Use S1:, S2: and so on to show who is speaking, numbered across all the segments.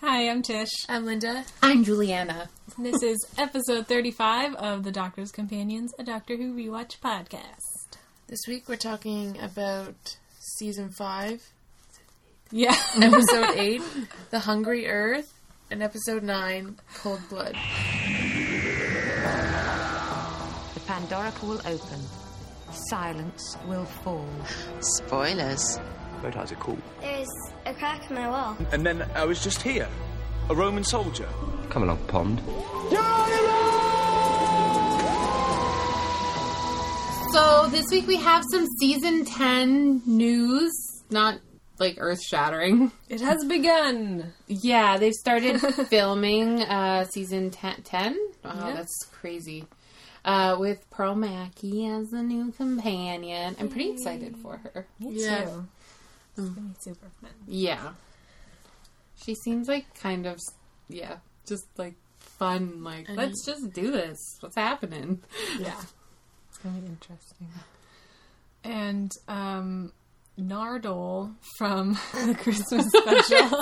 S1: Hi, I'm Tish.
S2: I'm Linda.
S3: I'm Juliana.
S1: And this is episode 35 of The Doctor's Companions, a Doctor Who rewatch podcast.
S2: This week we're talking about season five,
S1: Yeah.
S2: episode eight, The Hungry Earth, and episode nine, Cold Blood.
S4: The Pandora will open. Silence will fall.
S5: Spoilers.
S6: Roadhouse are cool.
S7: There's a crack in my wall.
S8: And then I was just here, a Roman soldier.
S6: Come along, Pond.
S3: So this week we have some season 10 news, not like earth shattering.
S1: It has begun.
S3: Yeah, they've started filming uh, season 10. 10? Wow,
S1: Yeah.
S3: that's crazy. Uh, with Pearl Mackey as the new companion. I'm pretty excited for her.
S1: Me
S2: Yeah.
S1: too. It's gonna be super fun.
S3: Yeah. She seems like kind of, s- yeah, just like fun. Like, let's just do this. What's happening?
S1: Yeah.
S3: It's going to be interesting.
S1: And, um, Nardole from the Christmas special.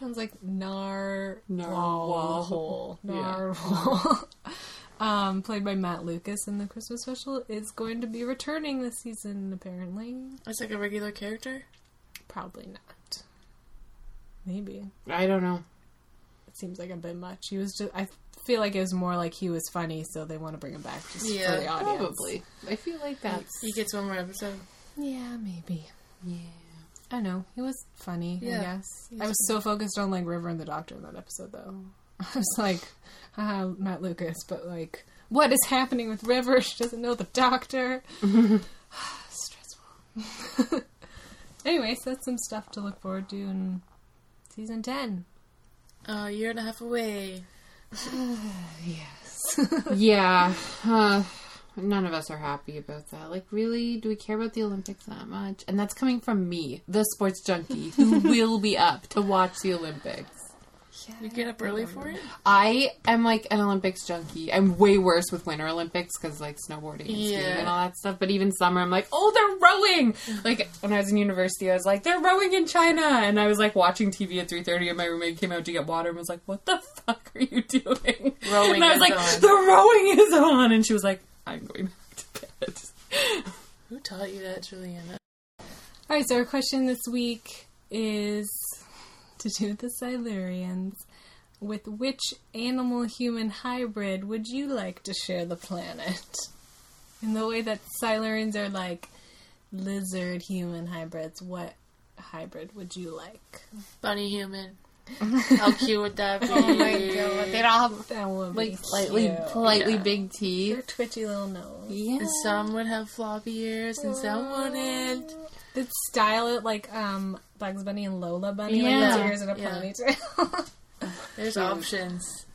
S1: Sounds like Narwhal.
S3: Narwhal.
S1: Narwhal. um, played by Matt Lucas in the Christmas special, is going to be returning this season, apparently.
S2: It's like a regular character.
S1: Probably not. Maybe.
S3: I don't know.
S1: It seems like a bit much. He was just. I feel like it was more like he was funny, so they want to bring him back just
S2: Yeah,
S1: for the audience.
S3: Probably. I feel like that's.
S2: He gets one more episode.
S1: Yeah, maybe.
S3: Yeah.
S1: I don't know. He was funny, I
S2: Yeah.
S1: guess. I was so focused on, like, River and the Doctor in that episode, though. I was like, haha, Matt Lucas, but, like, what is happening with River? She doesn't know the Doctor. Stressful. Anyways, that's some stuff to look forward to in season 10.
S2: Uh, A year and a half away.
S3: yeah. Uh, none of us are happy about that. Like, really? Do we care about the Olympics that much? And that's coming from me, the sports junkie, who will be up to watch the Olympics.
S2: You get up early for it?
S3: I am like an Olympics junkie. I'm way worse with Winter Olympics because like snowboarding and skiing
S2: Yeah.
S3: and all that stuff. But even summer, I'm like, oh, they're rowing. Like when I was in university, I was like, they're rowing in China, and I was like watching TV at 3:30, and my roommate came out to get water and was like, what the fuck are you doing?
S2: Rowing
S3: and I was
S2: is
S3: like,
S2: on.
S3: the rowing is on, and she was like, I'm going back to bed.
S2: Who taught you that, Juliana?
S1: All right, so our question this week is to do with the Silurians. With which animal human hybrid would you like to share the planet? In the way that Silurians are like lizard human hybrids, what hybrid would you like?
S2: Bunny human. How cute would that be? oh my god.
S3: They'd all have
S1: That would
S3: like
S1: be
S3: slightly,
S1: cute.
S3: slightly big teeth.
S1: Your twitchy little nose.
S3: Yeah.
S2: Some would have floppy ears and some wouldn't.
S1: They'd style it like um, Bugs Bunny and Lola Bunny,
S3: Yeah.
S1: like with ears and a
S2: Yeah.
S1: ponytail.
S2: There's options.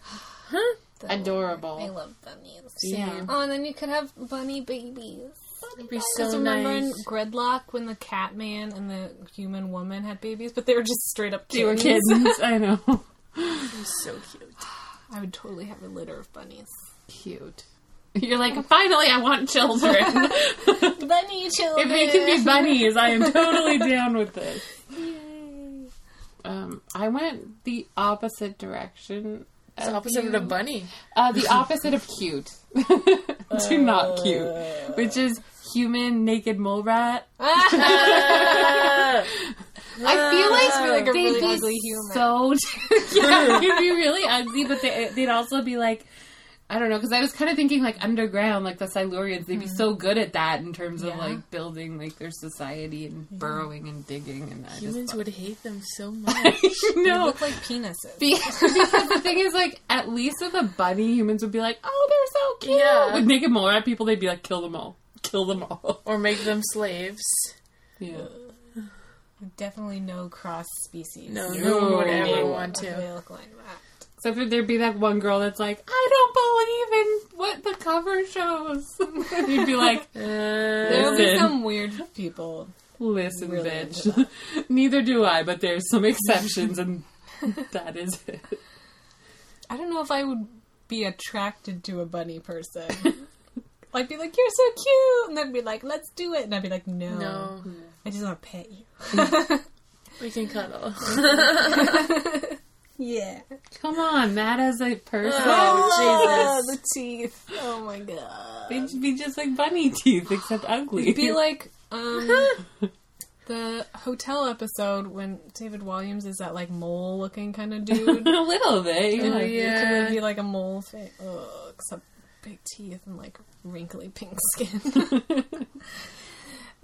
S1: That would- I
S3: Adorable.
S1: love bunnies.
S3: Yeah.
S1: Oh, and then you could have bunny babies.
S2: It'd be
S1: Because
S2: so
S1: remember in
S2: nice.
S1: Gridlock when the cat man and the human woman had babies, but they were just straight up
S3: They were
S1: kittens.
S3: kittens. I know.
S2: So cute.
S1: I would totally have a litter of bunnies.
S3: cute. You're like, finally, I want children. if
S1: Bunny children.
S3: they can be bunnies, I am totally down with this. Um, I went the opposite direction.
S2: It's opposite of the bunny.
S3: Uh, the opposite of cute, to not cute,
S2: Uh.
S3: which is human naked mole rat. I feel like,
S1: Just be like a
S3: they'd
S1: really
S3: be
S1: ugly human.
S3: so yeah, they'd be really ugly, but they, they'd also be like. I don't know because I was kind of thinking like underground, like the Silurians, they'd be so good at that in terms of
S1: Mm-hmm. Yeah.
S3: like building like their society and burrowing and digging and I
S2: Humans
S3: just
S2: would hate them so much.
S1: They
S3: no
S1: look like penises.
S3: because the thing is like at least with a bunny, humans would be like, oh, they're so cute.
S2: Yeah.
S3: With naked mole rat people, they'd be like, kill them all, kill them all.
S2: or make them slaves.
S3: Yeah,
S1: Definitely no cross species.
S2: No,
S3: No.
S2: no one would ever
S3: No.
S2: want
S1: If
S2: to.
S1: They look like that.
S3: except for there'd be that one girl that's like, I don't believe in what the cover shows. You'd be like.
S2: Uh,
S1: There'll be
S3: Listen.
S1: some weird people.
S3: Listen,
S1: really
S3: bitch. Neither do I, but there's some exceptions, and that is it.
S1: I don't know if I would be attracted to a bunny person. I'd be like, "You're so cute," and then be like, "Let's do it," and I'd be like, "No,
S2: No.
S1: I just want to pet you."
S2: We can cuddle.
S1: Yeah.
S3: Come on, Matt as a person.
S1: Oh, the teeth. Oh my god.
S3: They'd be just like bunny teeth, except ugly.
S1: Be like um the hotel episode when David Williams is that like mole looking kind of dude.
S3: a little bit. You're
S1: Like,
S3: like,
S1: It
S2: yeah.
S1: would be like a mole thing. Ugh, except big teeth and like wrinkly pink skin.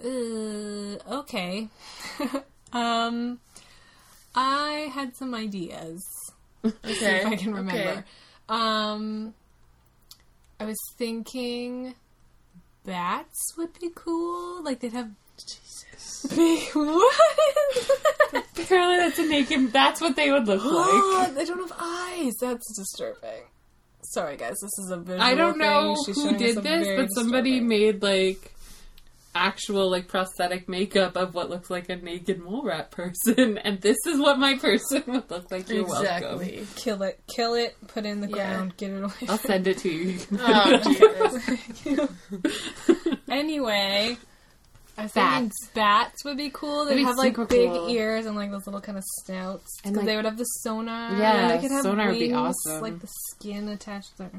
S1: uh, okay. um, I had some ideas.
S2: Okay.
S1: If I can remember.
S2: Okay.
S1: Um, I was thinking bats would be cool. Like they'd have. Jesus. Big, what?
S3: Apparently, that's a naked. That's what they would look like.
S1: they don't have eyes. That's disturbing. Sorry, guys. This is a visual.
S3: I don't know
S1: thing. She's
S3: who
S1: showing us
S3: did
S1: a
S3: this,
S1: very
S3: but somebody
S1: disturbing-
S3: made like actual like prosthetic makeup of what looks like a naked mole rat person, and this is what my person would look like. You're welcome.
S2: Exactly.
S1: kill it, kill it, put it in the
S2: Yeah.
S1: ground, get it away.
S3: I'll send it to you.
S2: Oh, Jesus.
S1: Ah. anyway, I was thinking
S3: Bats.
S1: bats would be cool. They'd
S3: That'd be
S1: have like
S3: super
S1: big
S3: cool.
S1: ears and like those little kind of snouts.
S3: And,
S1: Because
S3: like-
S1: they would have the sonar. and
S3: Yeah,
S1: they could have
S3: sonar would be
S1: wings,
S3: awesome.
S1: Like the skin attached to their.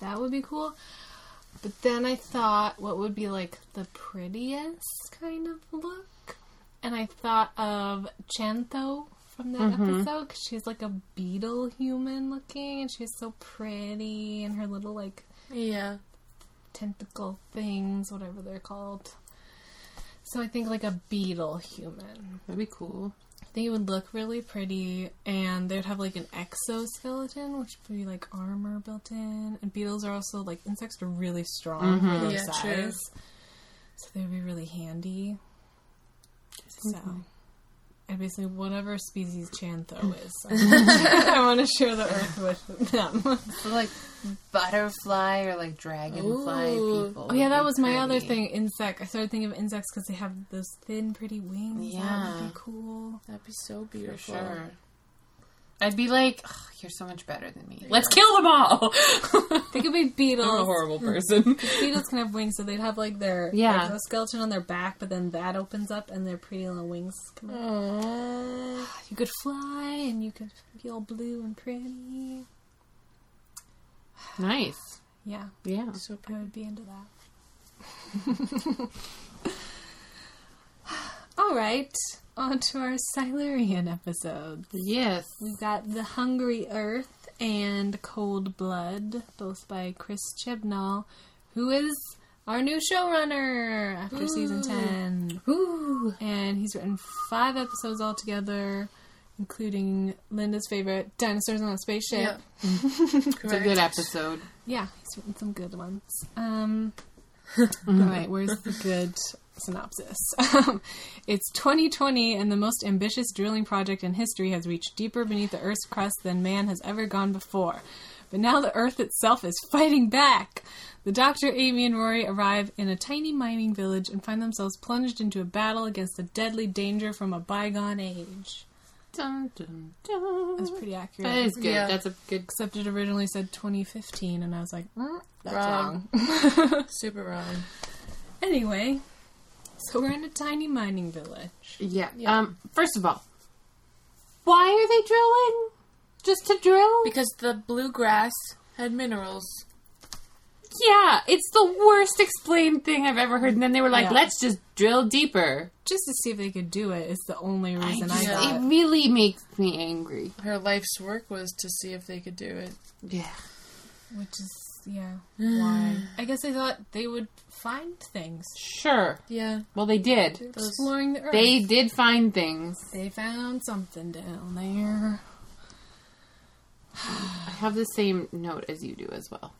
S1: That would be cool. But then I thought, what would be like the prettiest kind of look? And I thought of Chantho from that
S3: Mm-hmm.
S1: episode because she's like a beetle human looking, and she's so pretty, and her little like
S2: yeah.
S1: tentacle things, whatever they're called. So I think like a beetle human.
S3: That'd be cool.
S1: They would look really pretty, and they'd have like an exoskeleton, which would be like armor built in. And beetles are also like insects are really strong
S3: Mm-hmm.
S1: for their
S2: Yeah, true.
S1: size, so they would be really handy. So, and basically, whatever species Chantho is, I want to share the earth with them.
S4: So like butterfly or like dragonfly
S2: Ooh.
S4: people.
S1: Oh yeah,
S4: would
S1: that
S4: be
S1: was my other
S4: pretty.
S1: thing. Insect. I started thinking of insects because they have those thin, pretty wings. that would
S4: Yeah.
S1: be cool.
S2: That'd be so beautiful.
S4: Sure. I'd be like, "Ugh, you're so much better than me.
S3: Let's kill them all.
S1: They could be
S3: I'm a
S1: beetles.
S3: horrible person.
S1: beetles can have wings, so they'd have like their
S3: Yeah.
S1: yeah skeleton on their back, but then that opens up and their pretty little wings come out.
S2: Aww.
S1: You could fly, and you could be all blue and pretty.
S3: nice.
S1: Yeah,
S3: Yeah.
S2: So
S1: I would be into that. all right, on to our Silurian episode.
S3: Yes.
S1: We've got The Hungry Earth and Cold Blood, both by Chris Chibnall, who is our new showrunner after season 10. And he's written five episodes altogether, including Linda's favorite, Dinosaurs on a Spaceship.
S2: Yeah.
S3: It's a good episode.
S1: Yeah, he's written some good ones. Um, all
S3: Mm-hmm.
S1: right, where's the good synopsis? Um, it's 2020, and the most ambitious drilling project in history has reached deeper beneath the Earth's crust than man has ever gone before. But now the Earth itself is fighting back. The Doctor, Amy, and Rory arrive in a tiny mining village and find themselves plunged into a battle against a deadly danger from a bygone age.
S3: Dun, dun, dun.
S1: That's pretty accurate.
S3: That is good.
S2: Yeah.
S3: That's a good.
S1: Except it originally said 2015, and I was like, mm, that's
S2: Wrong.
S1: wrong.
S2: Super wrong.
S1: Anyway, so we're in a tiny mining village.
S3: Yeah. Um. First of all, why are they drilling? Just to drill?
S2: Because the bluegrass had minerals.
S3: yeah, it's the worst explained thing I've ever heard. And then they were like,
S1: Yeah.
S3: "Let's just drill deeper."
S1: Just to see if they could do it is the only
S3: I
S1: reason I,
S3: just-
S1: got.
S3: it really makes me angry.
S2: Her life's work was to see if they could do it.
S3: Yeah.
S1: Which is, yeah, why? I guess I thought they would find things.
S3: Sure.
S2: Yeah.
S3: Well, they did.
S1: Exploring the earth.
S3: They did find things.
S1: They found something down there.
S3: I have the same note as you do as well.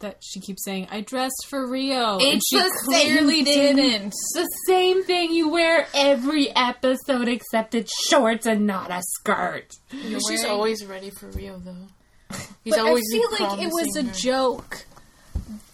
S1: That she keeps saying, I dressed for Rio. and
S3: It's
S1: she
S3: the same
S1: clearly
S3: thing.
S1: didn't.
S3: It's the same thing you wear every episode, except it's shorts and not a skirt.
S2: She's
S1: wearing-
S2: always ready for Rio, though. He's
S1: But I
S2: always
S1: feel like it was a
S2: promising her.
S1: joke.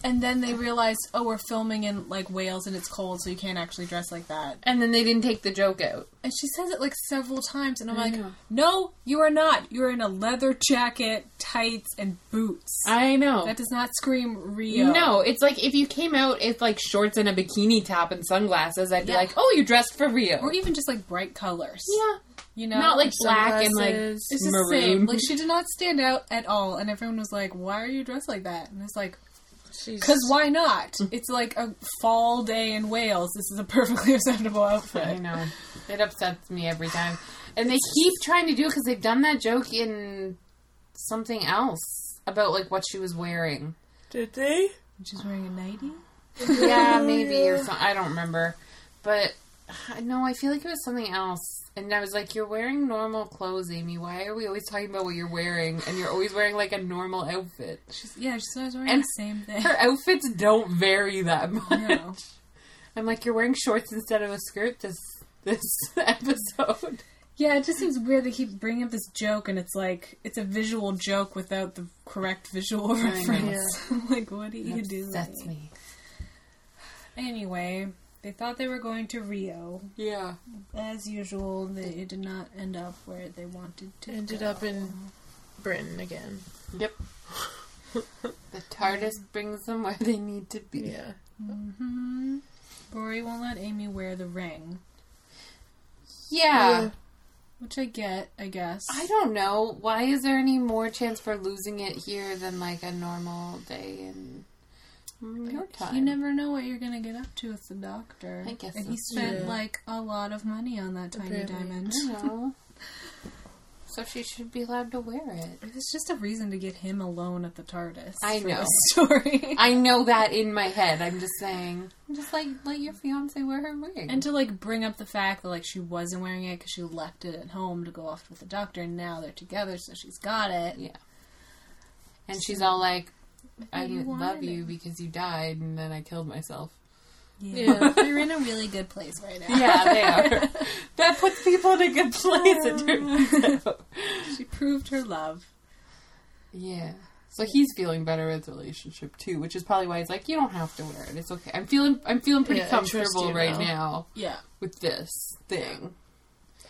S1: And then they realized, oh, we're filming in like Wales and it's cold, so you can't actually dress like that.
S4: And then they didn't take the joke out.
S1: And she says it like several times, and I'm like, no, you are not. You're in a leather jacket, tights, and boots.
S3: I know.
S1: that does not scream Rio.
S3: No, it's like if you came out in like shorts and a bikini top and sunglasses, I'd
S1: Yeah.
S3: be like, "Oh, you dressed for Rio."
S1: Or even just like bright colors.
S3: yeah,
S1: You know?
S3: not like black and like
S2: sunglasses.
S1: It's just
S3: maroon.
S1: same. Like she did not stand out at all, and everyone was like, "Why are you dressed like that?" And it's like,
S2: She's
S1: "Cause why not?
S3: Mm.
S1: It's like a fall day in Wales. This is a perfectly acceptable
S4: I
S1: outfit."
S4: know. It upsets me every time. And they keep trying to do it because they've done that joke in something else about like what she was wearing.
S2: did they?
S1: She's wearing a nightie.
S4: yeah, maybe or something. I don't remember. But no, I feel like it was something else. And I was like, "You're wearing normal clothes, Amy. Why are we always talking about what you're wearing? And you're always wearing like a normal outfit.
S1: She's yeah, she's always wearing
S4: And
S1: the same thing.
S4: Her outfits don't vary that much.
S1: No.
S4: I'm like, you're wearing shorts instead of a skirt this this episode.
S1: Yeah, it just seems weird they keep bringing up this joke, and it's like it's a visual joke without the correct visual reference. I'm like, what are you doing?
S4: That's me.
S1: Anyway, they thought they were going to Rio.
S4: Yeah.
S1: As usual, they, it did not end up where they wanted to.
S2: Ended
S1: go.
S2: up in Britain again.
S4: Yep. the TARDIS brings them where they need to be.
S2: Yeah.
S1: Mhm. Rory won't let Amy wear the ring,
S4: Yeah.
S1: which I get, I guess.
S4: I don't know. Why is there any more chance for losing it here than like a normal day in your time?
S1: You never know what you're gonna get up to with the doctor.
S4: I guess
S1: and he
S4: so.
S1: spent
S2: Yeah.
S1: like a lot of money on that tiny
S2: Apparently.
S1: diamond.
S4: I know. so she should be allowed to wear it.
S1: It's just a reason to get him alone at the TARDIS.
S4: I
S1: for
S4: know.
S1: the story.
S4: I know that in my head. I'm just saying. I'm just like let your fiance wear her ring.
S1: and to like bring up the fact that like she wasn't wearing it because she left it at home to go off with the doctor, and now they're together, so she's got it.
S4: yeah. And she's all like, "I
S1: you
S4: didn't love
S1: wanted
S4: you because you died, and then I killed myself."
S2: Yeah.
S1: they're in a really good place right now.
S4: Yeah, they are. that puts people in a good place. It turns out.
S1: She proved her love.
S4: Yeah. So he's feeling better with the relationship too, which is probably why he's like, "You don't have to wear it. It's okay. I'm feeling I'm feeling pretty
S2: Yeah, I trust
S4: comfortable
S2: you
S4: right
S2: now."
S4: now.
S1: Yeah.
S4: with this thing."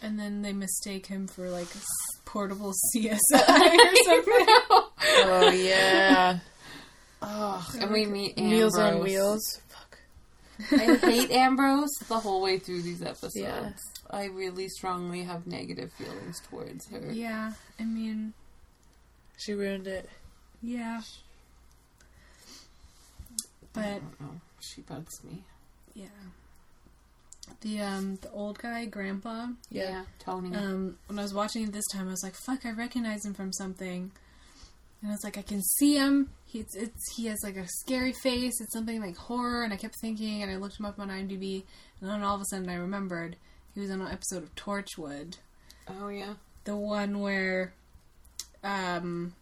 S1: And then they mistake him for like a s- portable CSI or something.
S2: Oh yeah.
S4: Ugh, and we meet Ambrose.
S2: Meals on Wheels. Fuck.
S4: I hate Ambrose the whole way through these episodes.
S2: Yeah.
S4: I really strongly have negative feelings towards her.
S1: yeah, I mean,
S2: She ruined it.
S1: yeah. But
S4: I don't know. She bugs me.
S1: yeah, the um the old guy grandpa.
S2: Yeah.
S4: Tony.
S1: Um, when I was watching it this time, I was like, "Fuck, I recognize him from something." And I was like, "I can see him. He's it's he has like a scary face. It's something like horror." And I kept thinking, and I looked him up on IMDb, and then all of a sudden I remembered he was on an episode of Torchwood.
S4: oh yeah.
S1: the one where um,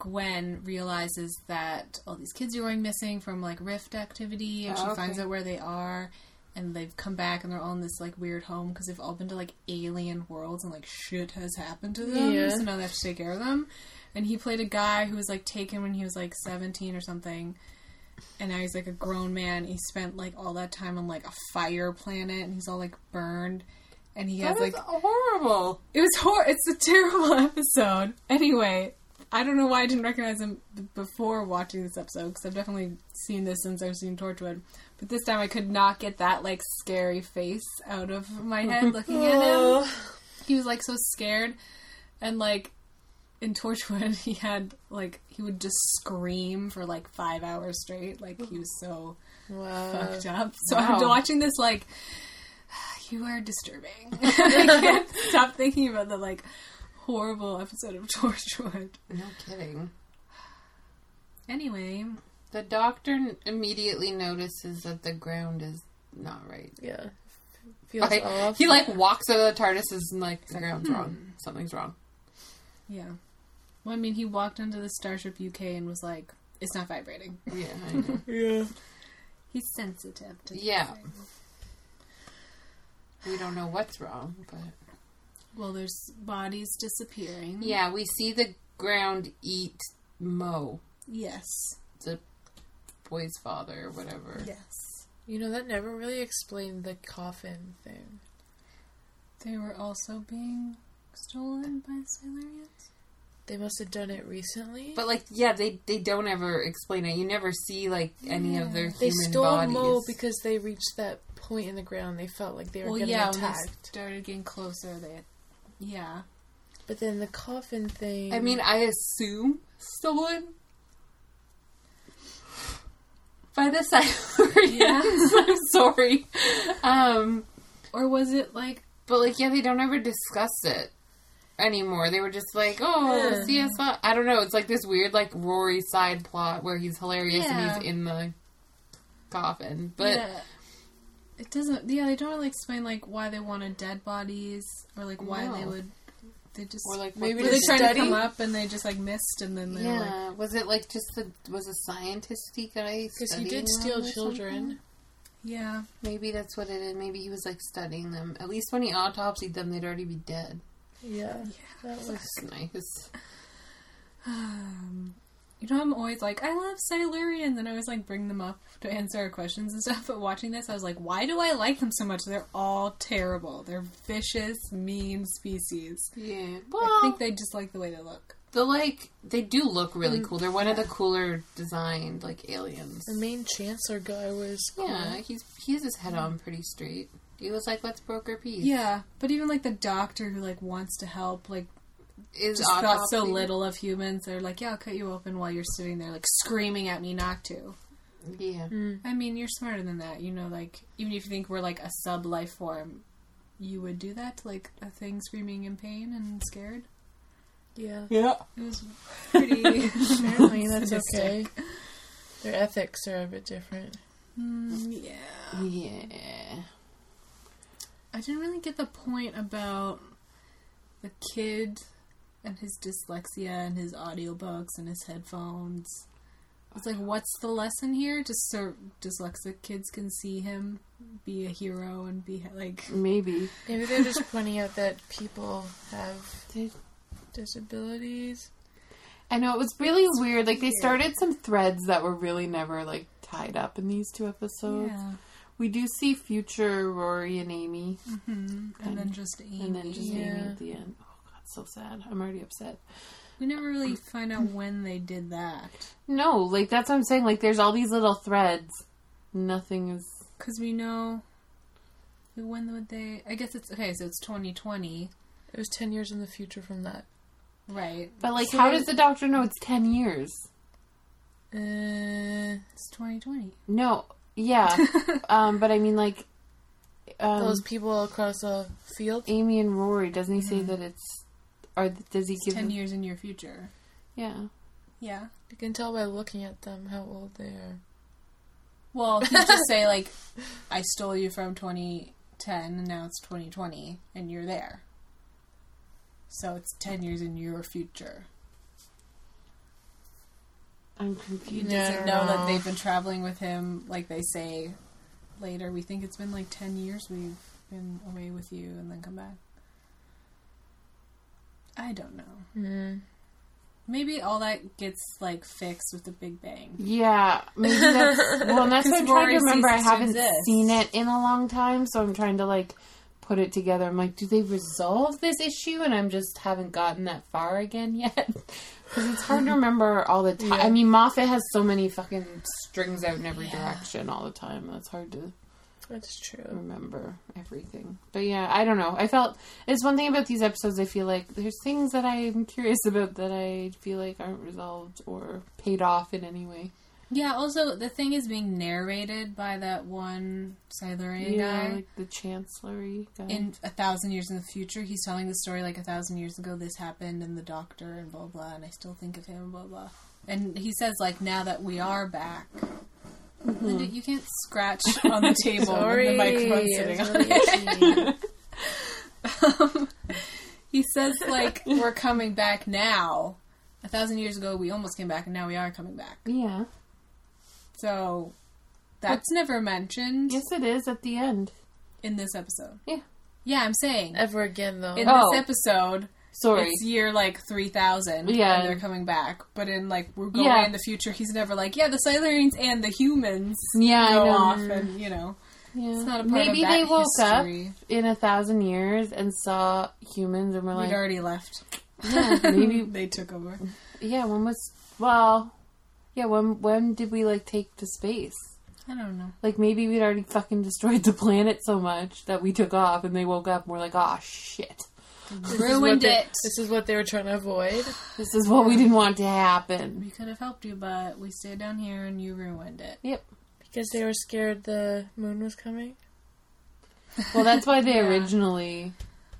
S1: Gwen realizes that all these kids are going missing from like rift activity, and
S4: Oh,
S1: she
S4: okay.
S1: finds out where they are, and they've come back and they're all in this like weird home because they've all been to like alien worlds and like shit has happened to them,
S2: Yeah.
S1: so now they have to take care of them. And he played a guy who was like taken when he was like seventeen or something. And now he's like a grown man. He spent like all that time on like a fire planet, and he's all like burned. And he has
S4: That was
S1: like
S4: horrible.
S1: it was hor. It's a terrible episode. Anyway, I don't know why I didn't recognize him b- before watching this episode because I've definitely seen this since I've seen Torchwood. But this time I could not get that like scary face out of my head looking at him. He was like so scared, and like in Torchwood he had like he would just scream for like five hours straight. Like he was so
S2: Wow.
S1: fucked up. So after
S4: wow.
S1: watching this, like, you are disturbing. I can't stop thinking about the like horrible episode of Torchwood.
S4: No kidding.
S1: Anyway,
S4: The doctor n- immediately notices that the ground is not right.
S2: Yeah. Feels
S4: Okay.
S2: off.
S4: He like walks out of the TARDIS and like the ground's wrong. Something's wrong.
S1: yeah. Well, I mean, he walked onto the Starship UK and was like, "It's not vibrating."
S4: Yeah, I know.
S2: yeah.
S1: He's sensitive to.
S4: Yeah. we don't know what's wrong, but
S1: Well, there's bodies disappearing.
S4: yeah, we see the ground eat Mo.
S1: Yes.
S4: the boy's father or whatever.
S1: Yes.
S2: You know, that never really explained the coffin thing.
S1: They were also being stolen by Silurians?
S2: They must have done it recently.
S4: But like, yeah, they they don't ever explain it. You never see like any of their
S2: they
S4: human
S2: stole
S4: bodies.
S2: Mo because they reached that point in the ground. They felt like they were
S1: Well,
S2: getting
S1: yeah, when
S2: attacked.
S1: they started getting closer, they. Yeah.
S2: But then the coffin thing.
S4: I mean, I assume stolen by the Silurians. I'm sorry. Um,
S1: Or was it like.
S4: but like, yeah, they don't ever discuss it anymore. They were just like, oh, CSI. I don't know. It's like this weird, like Rory side plot where he's hilarious
S1: Yeah.
S4: and he's in the coffin. But
S1: yeah. It doesn't. Yeah, they don't really explain, like, why they wanted dead bodies or, like, why
S4: No.
S1: they would. They just.
S4: or like,
S2: Maybe
S4: maybe
S1: were
S2: to
S1: they
S4: they
S1: trying
S2: study?
S1: to come up and they just, like, missed and then they were like.
S4: Yeah, was it like just the was a scientisty guy?
S2: because he
S4: studying
S2: did
S4: them
S2: steal
S4: or something?
S2: children.
S1: Yeah.
S4: Maybe that's what it is. Maybe he was like studying them. At least when he autopsied them, they'd already be dead.
S2: Yeah, that was.
S4: That's nice.
S1: Um, you know, I'm always like, I love Silurians, and I always like bring them up to answer our questions and stuff. But watching this, I was like, why do I like them so much? They're all terrible. They're vicious, mean species.
S4: Yeah.
S1: I
S4: Well,
S1: think they just like the way they look.
S4: the like they do look really cool. They're one of the cooler designed like aliens.
S2: The main chancellor guy was.
S4: Yeah, he's he has his head on pretty straight. He was like, "Let's broker peace."
S1: Yeah, but even like the doctor who like wants to help, like
S4: is
S1: just thought so
S4: autopsy-
S1: little of humans. They're like, yeah, I'll cut you open while you're sitting there like screaming at me not to.
S4: Yeah,
S1: I mean, you're smarter than that. You know, like, even if you think we're like a sub life form, you would do that to like a thing screaming in pain and scared.
S2: Yeah.
S1: It was pretty.
S2: Apparently, that's okay. Their ethics are a bit different.
S1: Mm, yeah.
S4: yeah.
S1: I didn't really get the point about the kid and his dyslexia and his audiobooks and his headphones. It's like, what's the lesson here? Just so dyslexic kids can see him be a hero and be like.
S3: Maybe.
S2: Maybe they're just pointing out that people have
S3: They-
S2: disabilities.
S3: I know it was really weird. Like they started some threads that were really never like tied up in these two episodes.
S1: Yeah.
S3: We do see future Rory and Amy,
S1: And then just Amy.
S3: and then just Amy
S2: Yeah.
S3: at the end. Oh god, so sad. I'm already upset.
S1: We never
S3: Mm.
S1: really find out when they did that.
S3: No, like that's what I'm saying. Like there's all these little threads. Nothing is.
S1: Because we know. When would they. I guess it's. Okay, so it's 2020.
S2: It was 10 years in the future from that.
S1: Right.
S3: But like, how does the doctor know it's ten years?
S2: Uh,
S1: It's 2020.
S3: No, yeah. um, but I mean, like, um,
S2: those people across the field.
S3: Amy and Rory. Doesn't he say that it's? Or th- does he give?
S1: 10
S3: them-
S1: years in your future.
S3: Yeah.
S1: Yeah.
S2: You can tell by looking at them how old they are.
S1: Well, if you just say, like, I stole you from 2010 and now it's 2020 and you're there. So it's 10 years in your future.
S3: I'm confused.
S1: He doesn't know that they've been traveling with him, like they say later. We think it's been like 10 years we've been away with you and then come back. I don't know. Maybe all that gets like fixed with the Big Bang.
S3: Yeah, maybe that's well. and That's what I'm trying
S1: Rory
S3: to remember. I
S1: ceases to
S3: haven't
S1: exist.
S3: seen it in a long time, so I'm trying to like put it together. I'm like, do they resolve this issue? And I'm just haven't gotten that far again yet because it's hard to remember all the time. I mean, Moffat has so many fucking strings out in every direction all the time. That's hard to
S2: That's true.
S3: remember everything. But yeah, I don't know. I felt it's one thing about these episodes. I feel like there's things that I'm curious about that I feel like aren't resolved or paid off in any way.
S1: Yeah, also, the thing is being narrated by that one Silurian
S3: Yeah,
S1: guy.
S3: like the chancellery guy.
S1: in a thousand years in the future, he's telling the story like a thousand years ago this happened and the doctor and blah blah, and I still think of him and blah blah. And he says like now that we are back, Linda, you can't scratch on the table with the
S2: Sorry,
S1: microphone
S2: it
S1: sitting
S2: was
S1: on.
S2: really itchy.
S1: He says like we're coming back now. A thousand years ago, we almost came back, and now we are coming back.
S3: yeah.
S1: So that's never mentioned
S3: Yes, it is at the end.
S1: in this episode.
S3: Yeah.
S1: yeah, I'm saying
S2: Ever again, though.
S1: in
S3: Oh.
S1: this episode
S4: Sorry.
S1: It's year like three thousand.
S4: Yeah.
S1: and they're coming back. But in like we're going
S4: Yeah.
S1: in the future, he's never like, yeah, the Silurians and the humans
S4: Yeah, I
S1: go
S4: know.
S1: off, and you know,
S4: Yeah.
S1: it's not a part of
S4: Maybe
S1: that
S4: they woke
S1: history.
S4: up in a thousand years and saw humans and were
S1: we'd
S4: like,
S1: already left.
S4: yeah, maybe,
S1: they took over.
S4: yeah, when was, well, yeah, when when did we like take to space?
S1: I don't know.
S4: Like maybe we'd already fucking destroyed the planet so much that we took off and they woke up and were like, oh shit,
S1: Ruined
S2: they-
S1: it.
S2: This is what they were trying to avoid.
S4: this is what we didn't want to happen.
S1: We could have helped you, but we stayed down here and you ruined it.
S4: Yep.
S2: Because they were scared the moon was coming.
S4: Well, that's why they originally,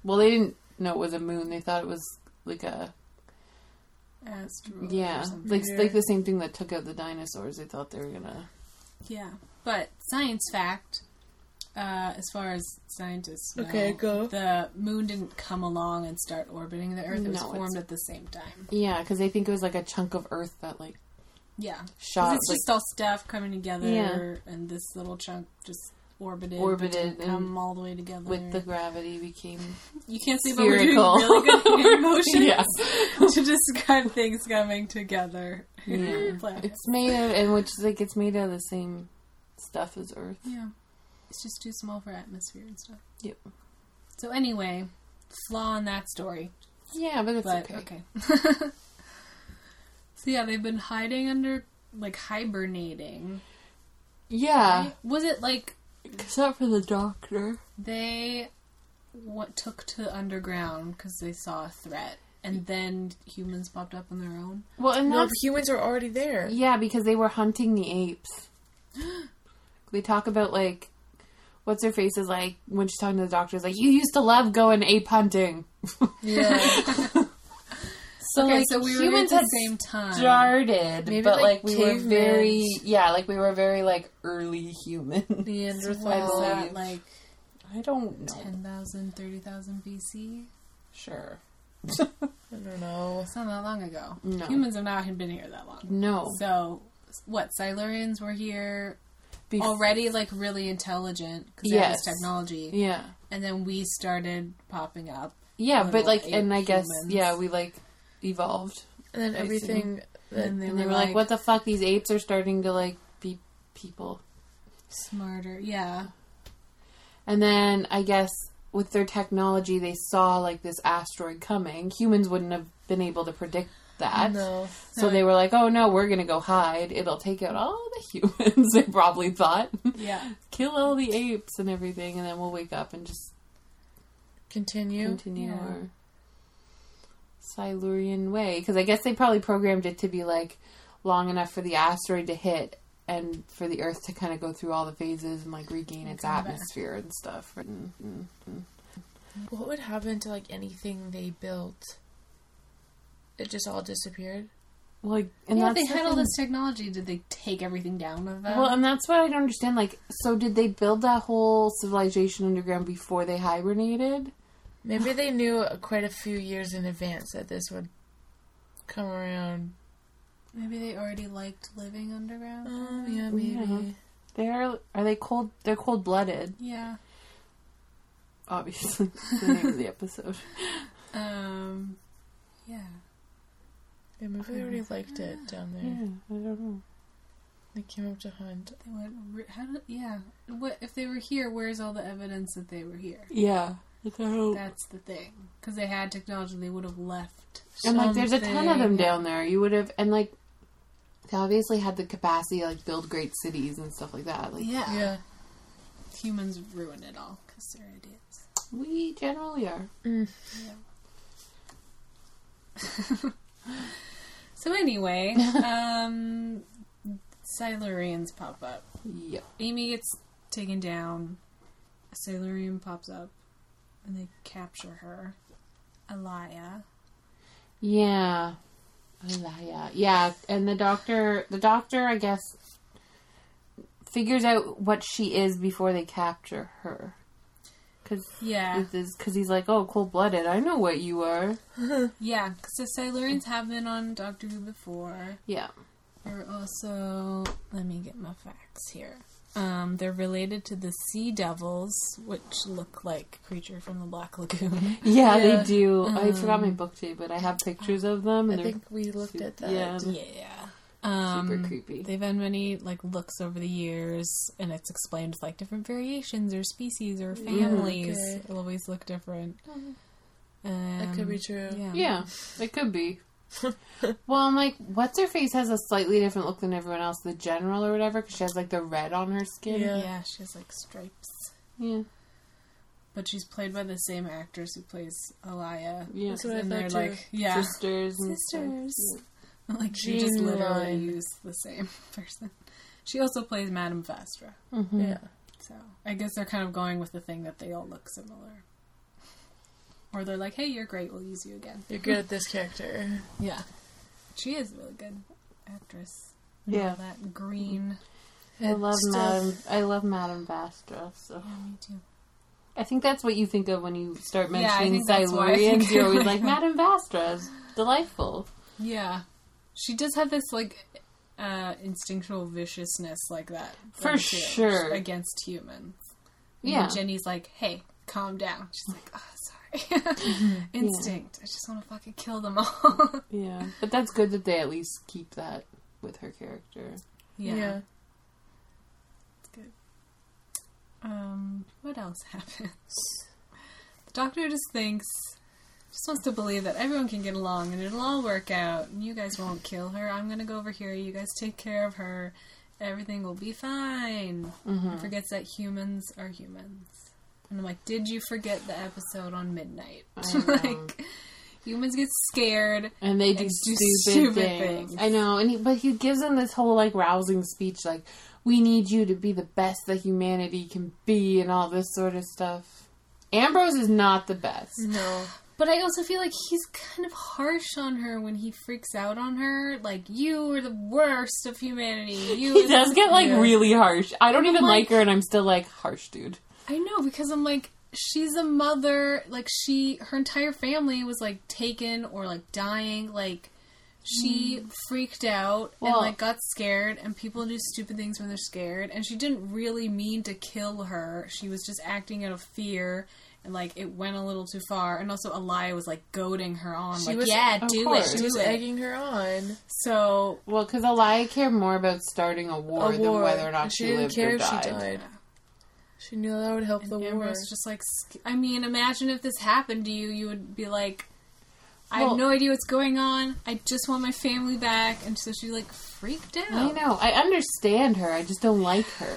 S4: well, they didn't know it was a moon. They thought it was like a
S1: Asteroid.
S4: yeah,
S1: Or something.
S4: like like the same thing that took out the dinosaurs. They thought they were gonna.
S1: yeah. But science fact, uh, as far as scientists know,
S2: Okay, go.
S1: the moon didn't come along and start orbiting the Earth. It was
S4: No, it's-
S1: formed at the same time.
S4: Yeah, because they think it was like a chunk of Earth that like
S1: Yeah. 'Cause
S4: Shot,
S1: It's just all stuff coming together,
S4: Yeah.
S1: and this little chunk just orbited,
S4: Orbited
S1: didn't
S4: and
S1: come all the way together.
S4: with the gravity became.
S1: you can't see, but we're doing
S4: spherical.
S1: really good hand motions
S4: Yeah.
S1: to describe things coming together.
S4: Yeah.
S1: Planets.
S4: It's made of, and which like it's made out of the same stuff as Earth.
S1: Yeah. It's just too small for atmosphere and stuff.
S4: Yep.
S1: So anyway, flaw in that story.
S4: Yeah, but it's
S1: But
S4: okay.
S1: okay. so yeah, they've been hiding under like hibernating.
S4: Yeah,
S1: Was it like
S4: except for the Doctor.
S1: they what took to the underground because they saw a threat, and then humans popped up on their own?
S4: Well, and
S2: No,
S4: that's
S2: the humans are already there.
S4: yeah because they were hunting the apes. they talk about like. What's her face is like when she's talking to the doctor? Is like you used to love going ape hunting.
S2: Yeah.
S4: So
S1: okay,
S4: like
S1: so we were here at
S4: humans
S1: the
S4: had
S1: same time.
S4: started,
S2: Maybe,
S4: but
S2: like,
S4: like, we were very
S2: cavemen.
S4: yeah, like we were very like early human.
S1: What is
S2: Neanderthal.
S1: that like
S4: I don't know.
S1: 10,000, 30,000 BC?
S4: Sure.
S2: I don't know.
S1: It's not that long ago.
S4: No.
S1: Humans have not been here that long.
S4: No.
S1: So, what? Silurians were here
S4: Bef-
S1: already, like really intelligent because they had this
S4: Yes.
S1: technology,
S4: Yeah.
S1: and then we started popping up.
S4: Yeah, but
S1: Little
S4: like,
S1: ape
S4: and I guess
S1: humans.
S4: yeah, we like evolved,
S2: And then everything. Then
S1: And they
S4: and
S1: were,
S4: they were like, "What the fuck? These apes are starting to like be people."
S1: smarter? Yeah,
S4: And then I guess with their technology, they saw like this asteroid coming. Humans wouldn't have been able to predict that.
S2: No.
S4: So they were like, "Oh no, we're gonna go hide. It'll take out all the humans." they probably thought.
S1: yeah.
S4: kill all the apes and everything, and then we'll wake up and just
S2: Continue.
S4: continue
S1: Yeah.
S4: our Silurian way. Because I guess they probably programmed it to be like long enough for the asteroid to hit and for the Earth to kind of go through all the phases and like regain its
S1: come back.
S4: atmosphere and stuff. And, mm. and- and-
S2: What would happen to like anything they built? It just all disappeared.
S4: well, like, and
S1: yeah,
S4: that's
S1: they
S4: the
S1: had all
S4: thing.
S1: this technology. Did they take everything down with them?
S4: Well, and that's what I don't understand. Like, so did they build that whole civilization underground before they hibernated?
S2: Maybe they knew uh, quite a few years in advance that this would come around.
S1: Maybe they already liked living underground.
S2: Oh, yeah, maybe.
S4: They're are they cold? They're cold blooded,
S1: yeah.
S4: obviously. the name of the episode.
S1: Um. Yeah.
S2: Yeah, maybe they already liked it down there.
S4: Yeah, I don't know.
S2: They came up to hunt.
S1: They went. Re- how did? Yeah. What if they were here? Where's all the evidence that they were here?
S4: Yeah.
S1: That's the thing. Because they had technology, they would have left.
S4: and like, there's a ton of them
S1: something.
S4: down there. You would have, and like, they obviously had the capacity to like build great cities and stuff like that. Like,
S1: Yeah.
S2: Yeah.
S1: Humans ruin it all because they're idiots.
S4: we generally are.
S1: So anyway, um, Silurians pop up.
S4: Yeah.
S1: Amy gets taken down. A Silurian pops up, and they capture her. Elia.
S4: Yeah. Yeah, yeah, yeah. And the doctor, the doctor, I guess, figures out what she is before they capture her. Because
S1: Yeah,
S4: he's like, oh, cold blooded. I know what you are.
S1: yeah. Because the Silurians have been on Doctor Who before.
S4: Yeah.
S1: They were also. Let me get my facts here. Um, they're related to the sea devils, which look like creature from the Black Lagoon.
S3: Yeah,
S2: Yeah.
S3: they do. I forgot
S1: Mm.
S3: my book too, but I have pictures of them. And
S2: I
S3: they're
S2: think we looked at that.
S3: Yeah, they're
S1: yeah. Um,
S3: super creepy.
S1: They've had many like looks over the years, and it's explained like different variations or species or families.
S2: Mm, okay. Mm-hmm.
S1: It'll always look different.
S2: That could be
S1: Um,
S2: true.
S1: Yeah.
S3: Yeah, it could be. well, I'm like, what's her face has a slightly different look than everyone else, the general or whatever, because she has like the red on her skin.
S2: Yeah.
S1: Yeah, she has like stripes,
S3: Yeah.
S1: but she's played by the same actress who plays Elia.
S3: Yeah.
S2: That's what I
S1: and they're
S2: thought too.
S1: like, yeah,
S3: Sisters. and stuff.
S1: Sisters. Like she just
S2: Jean
S1: literally
S2: Lynn.
S1: used the same person. She also plays Madame Vastra.
S2: yeah.
S1: So I guess they're kind of going with the thing that they all look similar. Or they're like, hey, you're great, we'll use you again.
S2: You're good at this character.
S1: Yeah. She is a really good actress.
S3: Yeah.
S1: All that green.
S3: I love
S2: Stuff.
S3: Madame. I love Madame Vastra. So
S1: Yeah, me too.
S3: I think that's what you think of when you start
S1: Yeah, I
S3: mentioning
S1: think that's why I think
S3: Silurians. You're always
S1: of
S3: like
S1: her.
S3: Madame Vastra is delightful.
S1: Yeah. She does have this, like, uh, instinctual viciousness like that.
S3: For
S1: like,
S3: sure.
S1: Against humans.
S3: Yeah.
S1: And Jenny's like, hey, calm down. She's like, oh,
S3: Mm-hmm.
S1: sorry. Instinct. I just want to fucking kill them all.
S3: Yeah. But that's good that they at least keep that with her character.
S1: yeah. Um, what else happens? The doctor just thinks, just wants to believe that everyone can get along and it'll all work out and you guys won't kill her. I'm gonna go over here. You guys take care of her. Everything will be fine.
S3: Mm-hmm.
S1: And Forgets that humans are humans. And I'm like, did you forget the episode on midnight?
S3: I know.
S1: like, humans get scared.
S3: And they do
S1: And do
S3: stupid,
S1: stupid
S3: things.
S1: things.
S3: I know, and he, but he gives them this whole like rousing speech, like "We need you to be the best that humanity can be," and all this sort of stuff. Ambrose is not the best.
S2: No.
S1: But I also feel like he's kind of harsh on her when he freaks out on her. Like, you are the worst of humanity. You
S3: He does get like
S1: Yeah.
S3: really harsh. I don't even
S1: like-
S3: like her, and I'm still like harsh, dude.
S1: I know because I'm like she's a mother like she her entire family was like taken or like dying like she
S2: Hmm.
S1: freaked out and
S3: Well-
S1: like got scared and people do stupid things when they're scared and she didn't really mean to kill her she was just acting out of fear and like it went a little too far and also Elia was like goading her on like
S2: was-
S1: yeah
S3: of
S1: do
S3: course.
S1: it
S2: She
S1: do
S2: was
S1: it
S2: egging her on.
S1: so
S3: Well, because Elia cared more about starting a war,
S2: a
S3: than
S2: war.
S3: whether or not
S2: And
S3: she,
S2: she didn't
S3: lived
S2: care
S3: or
S2: if she
S3: died.
S2: died. She knew that would help the
S1: and
S2: war.
S1: Ambrose just like sc- I mean, imagine if this happened to you, you would be like, I
S3: Well-
S1: have no idea what's going on. I just want my family back, and so she like freaked out.
S3: I know. I understand her. I just don't like her.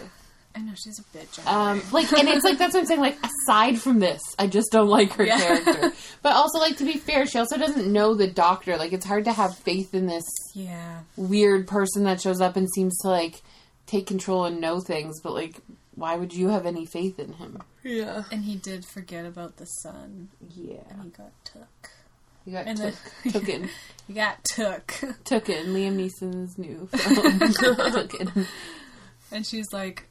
S1: I know, she's a bitch. I
S3: Um, like, and it's like that's what I'm saying. Like, aside from this, I just don't like her
S1: Yeah.
S3: character. But also, like to be fair, she also doesn't know the doctor. Like, it's hard to have faith in this
S1: yeah,
S3: weird person that shows up and seems to like take control and know things. But like, why would you have any faith in him?
S2: yeah.
S1: and he did forget about the son.
S3: Yeah,
S1: He got took.
S3: you got
S1: And
S3: took,
S1: then-
S3: Tooken,
S1: He got took,
S3: Tooken, Liam Neeson's new film. Tooken.
S1: and she's like.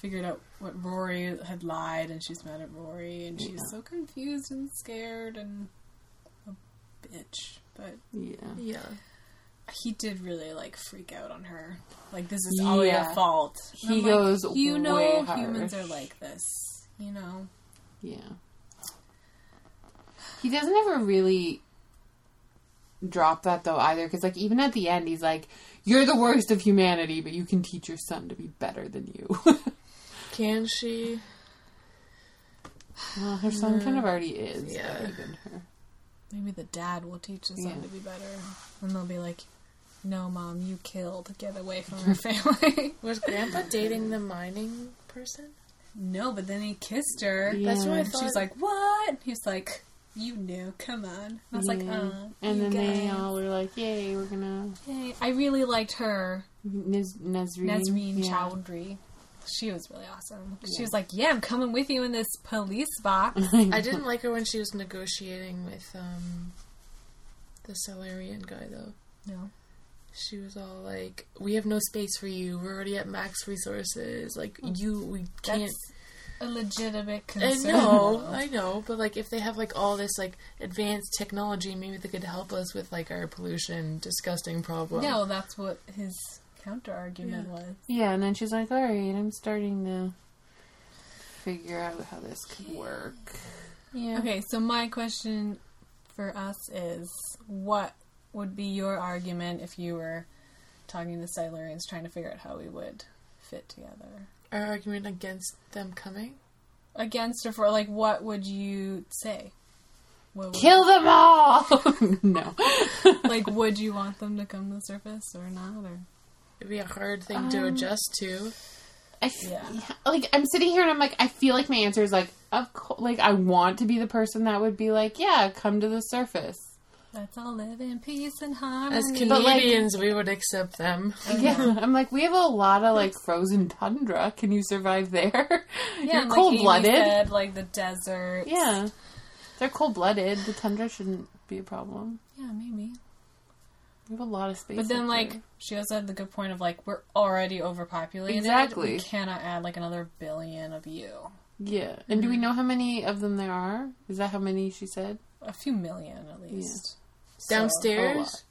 S1: Figured out what Rory had lied, and she's mad at Rory, and she's so confused and scared and a bitch. But
S3: Yeah.
S2: Yeah.
S1: he did really like freak out on her. Like this is all your
S3: Yeah.
S1: fault. And
S3: He
S1: I'm
S3: goes
S1: Like, you know,
S3: way
S1: humans
S3: harsh.
S1: are like this. You know.
S3: Yeah. He doesn't ever really drop that though either because like even at the end he's like you're the worst of humanity but you can teach your son to be better than you
S2: Can she?
S3: well her son kind of already is
S2: Yeah.
S3: better than her
S1: Maybe the dad will teach his son
S3: Yeah.
S1: to be better, and they'll be like, "No, mom, you killed. Get away from her family."
S2: Was Grandpa dating the mining person?
S1: no, but then he kissed her.
S3: Yeah.
S2: That's what I
S1: And
S2: thought.
S1: she's like, "What?" He's like, "You knew. Come on." And I was like,
S3: Yeah.
S1: "Oh."
S3: and
S1: you
S3: then they
S1: guys.
S3: all were like yay we're gonna
S1: Yay. I really liked her,
S3: Nez- Nezreen
S1: Nazreen
S3: Yeah.
S1: Chowdhury. She was really awesome. She was like, "Yeah, I'm coming with you in this police box."
S2: I didn't like her when she was negotiating with um the Salarian guy though.
S1: no.
S2: She was all like, "We have no space for you. We're already at max resources. Like you, we can't."
S1: Mm. That's a legitimate
S2: I
S1: concern.
S2: know, I know, but like if they have like all this like advanced technology, maybe they could help us with like our pollution, disgusting problem.
S1: No, that's what his counter argument was.
S3: Yeah, and then she's like, all right, I'm starting to figure out how this could work. Yeah.
S1: Okay, so my question for us is what would be your argument if you were talking to Silurians trying to figure out how we would fit together?
S2: Our argument against them coming?
S1: Against or for, like, what would you say? What would,
S3: Kill them all! no.
S1: like, would you want them to come to the surface or not? Or
S2: It'd be a hard thing to
S3: Um,
S2: adjust to.
S3: I f-
S1: Yeah.
S3: Like, I'm sitting here and I'm like, I feel like my answer is like, of course, like, I want to be the person that would be like, yeah, come to the surface.
S1: let's all live in peace and
S2: As
S1: harmony.
S3: like-
S2: Canadians, we would accept them.
S1: Uh-huh.
S3: Yeah, I'm like, we have a lot of like frozen tundra. Can you survive there?
S1: yeah,
S3: You're
S1: and like
S3: cold
S1: Amy
S3: blooded.
S1: said, like the desert.
S3: Yeah. They're cold blooded. The tundra shouldn't be a problem.
S1: yeah, maybe.
S3: We have a lot of space.
S1: But then,
S3: up
S1: like,
S3: there.
S1: she also had the good point of like we're already overpopulated.
S3: Exactly.
S1: we cannot add like another billion of you.
S3: Yeah. And
S1: Mm-hmm.
S3: do we know how many of them there are? Is that how many she said?
S1: A few million at least. So-
S3: a
S2: Downstairs?
S3: lot.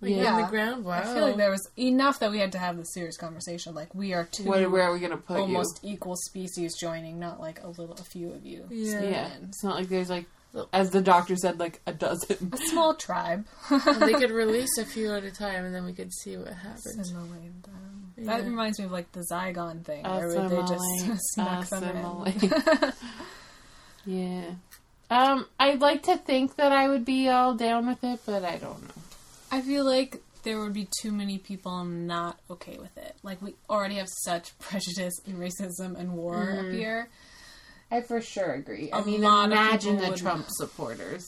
S2: Like
S3: Yeah.
S2: in the ground? Wow.
S1: I feel like there was enough that we had to have the serious conversation. Like we are two
S3: What, where are we going to put
S1: almost equal species joining, not like a little, a few of you.
S2: Yeah.
S3: you? Yeah.
S1: Millions.
S3: It's not like there's like, as the doctor said, like a dozen.
S1: A small tribe.
S2: they could release a few at a time and then we could see what happens.
S1: Assimilate them. um, That reminds me of like the Zygon thing, where they
S3: Assimilate.
S1: just snuck them in.
S3: Assimilate. yeah. Um, I'd like to think that I would be all down with it, but I don't know.
S1: I feel like there would be too many people not okay with it. Like we already have such prejudice and racism and war up here.
S3: Mm. I for sure agree. I
S1: A
S3: mean,
S1: lot of
S3: imagine
S1: people
S3: the
S1: would-
S3: Trump supporters.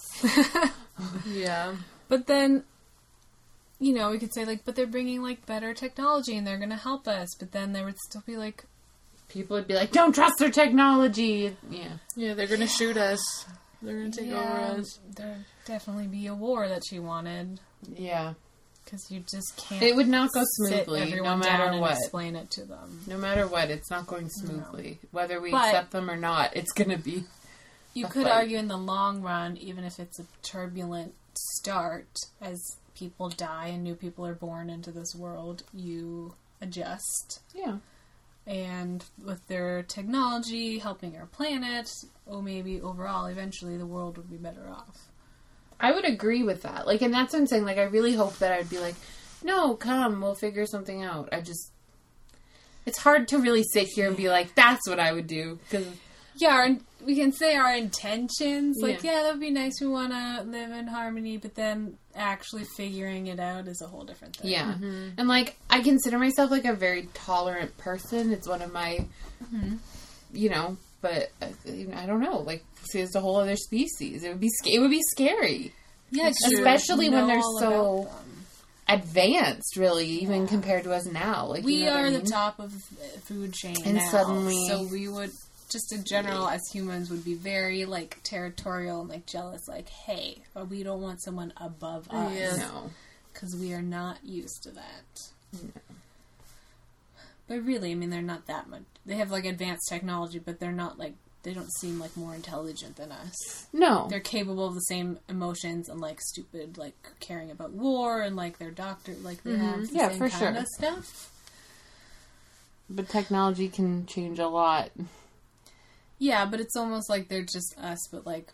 S2: Yeah.
S1: But then, you know, we could say like, but they're bringing like better technology and they're going to help us. But then there would still be like,
S3: People would be like, "Don't trust their technology." Yeah,
S2: Yeah, they're gonna shoot us. They're gonna take over us.
S1: there'd definitely be a war that she wanted
S3: yeah.
S1: because you just can't.
S3: It would not go
S1: sit
S3: smoothly, no
S1: everyone down
S3: matter
S1: and
S3: what.
S1: Explain it to them.
S3: No matter what, it's not going smoothly. Whether we
S1: But-
S3: accept them or not, it's going to be.
S1: You
S3: a
S1: could
S3: fight.
S1: argue in the long run, even if it's a turbulent start, as people die and new people are born into this world, you adjust.
S3: Yeah,
S1: And with their technology helping our planet, oh, maybe overall, eventually the world would be better off.
S3: I would agree with that. Like, and that's what I'm saying. Like, I really hope that I'd be like, "No, come, we'll figure something out." I just, it's hard to really sit here and be like, "That's what I would do." Because
S1: Yeah, our, we can say our intentions. Like,
S3: Yeah.
S1: yeah, that would be nice. We want to live in harmony, but then actually figuring it out is a whole different thing.
S3: Yeah.
S1: Mm-hmm.
S3: And like I consider myself like a very tolerant person. It's one of my
S1: Mm-hmm.
S3: you know, but uh, you know, I don't know. Like see, it's a whole other species. It would be sc- it would be scary.
S1: yeah, 'cause you
S3: Especially when
S1: know
S3: they're
S1: all
S3: so-
S1: about them.
S3: Advanced really even compared to us now. Like you
S1: we
S3: know what I
S1: are the
S3: mean?
S1: top of the food chain
S3: And
S1: now,
S3: suddenly-
S1: so we would just in general as humans would be very like territorial and like jealous like hey but we don't want someone above us
S2: Yeah.
S3: No.
S1: because we are not used to that but really i mean they're not that much they have like advanced technology but they're not like they don't seem like more intelligent than us
S3: No.
S1: they're capable of the same emotions and like stupid like caring about war and like their doctor like they have the
S3: Mm-hmm. Yeah,
S1: same
S3: for
S1: kind
S3: sure.
S1: of stuff
S3: But technology can change a lot.
S1: Yeah, but it's almost like they're just us, but like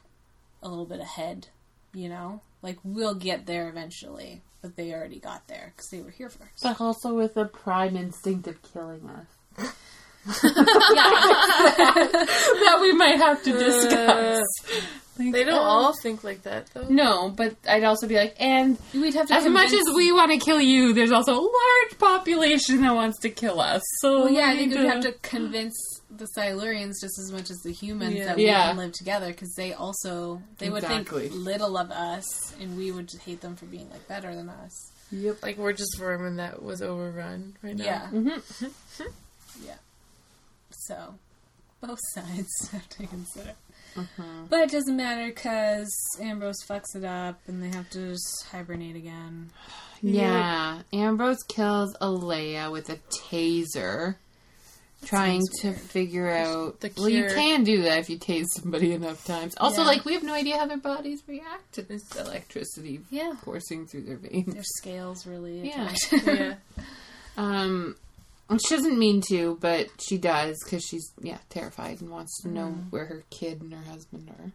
S1: a little bit ahead, you know? Like we'll get there eventually, but they already got there because they were here first.
S3: But also with a prime instinct of killing us. that we might have to discuss.
S2: They
S3: Um,
S2: don't all think like that though.
S3: Uh, No, but I'd also be like, and
S1: We'd have to
S3: as much as
S1: convince-
S3: we want to kill you, there's also a large population that wants to kill us. So
S1: Well, yeah, I
S3: we
S1: think
S3: need
S1: we'd have to convince the Silurians just as much as the humans that we
S3: Yeah.
S1: can live together because they also they
S3: Exactly.
S1: would think little of us, and we would hate them for being like better than us.
S2: Like we're just vermin that was overrun right now.
S1: Yeah.
S3: Mm-hmm.
S1: yeah. So, both sides have to consider.
S3: Mm-hmm.
S1: But it doesn't matter because Ambrose fucks it up and they have to just hibernate again.
S3: Yeah, Ambrose kills Alea with a taser, trying
S1: sounds
S3: to figure out.
S2: The
S3: well, you
S2: cure.
S3: can do that if you tase somebody enough times. Also,
S1: Yeah.
S3: like we have no idea how their bodies react to this electricity
S1: Yeah.
S3: coursing through their veins.
S1: Their scales really
S3: Yeah.
S1: attacked.
S2: Yeah.
S3: Um, and she doesn't mean to, but she does because she's yeah terrified and wants to know
S4: Mm-hmm.
S3: where her kid and her husband are.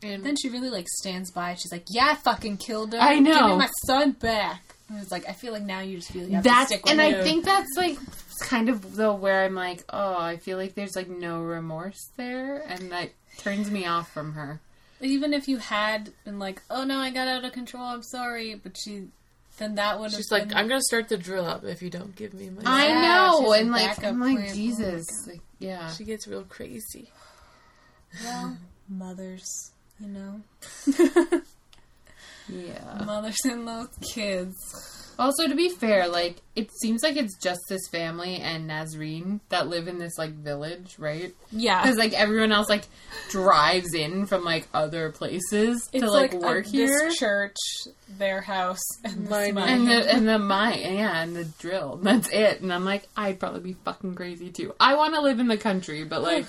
S2: And
S1: Then she really like stands by. She's like, "Yeah, I fucking killed her.
S3: I
S1: Give me
S3: know.
S1: my son back." And it's like, I feel like now you just feel like you have to
S4: That's
S1: stick with
S4: and I
S1: you.
S4: think that's like kind of though where I'm like, oh, I feel like there's like no remorse there, and that turns me off from her.
S1: even if you had been like, "Oh no, I got out of control. I'm sorry," but she, then that would have.
S2: she's
S1: been,
S2: like, I'm gonna start the drill up if you don't give me my.
S4: I
S1: Yeah,
S4: know,
S1: she's a
S4: and like
S1: backup
S4: I'm like
S1: plan.
S4: Jesus, like yeah.
S2: She gets real crazy.
S1: well, mothers, you know,
S4: Yeah.
S1: mothers and those kids.
S4: Also, to be fair, like it seems like it's just this family and Nazreen that live in this like village, right?
S1: Yeah,
S4: Because like everyone else like drives in from like other places
S1: it's
S4: to like,
S1: a-
S4: work here.
S1: This church, their house, and this
S2: Mine-
S1: mine.
S4: and the and the my yeah, and the drill. That's it. And I'm like, I'd probably be fucking crazy too. I want to live in the country, but like,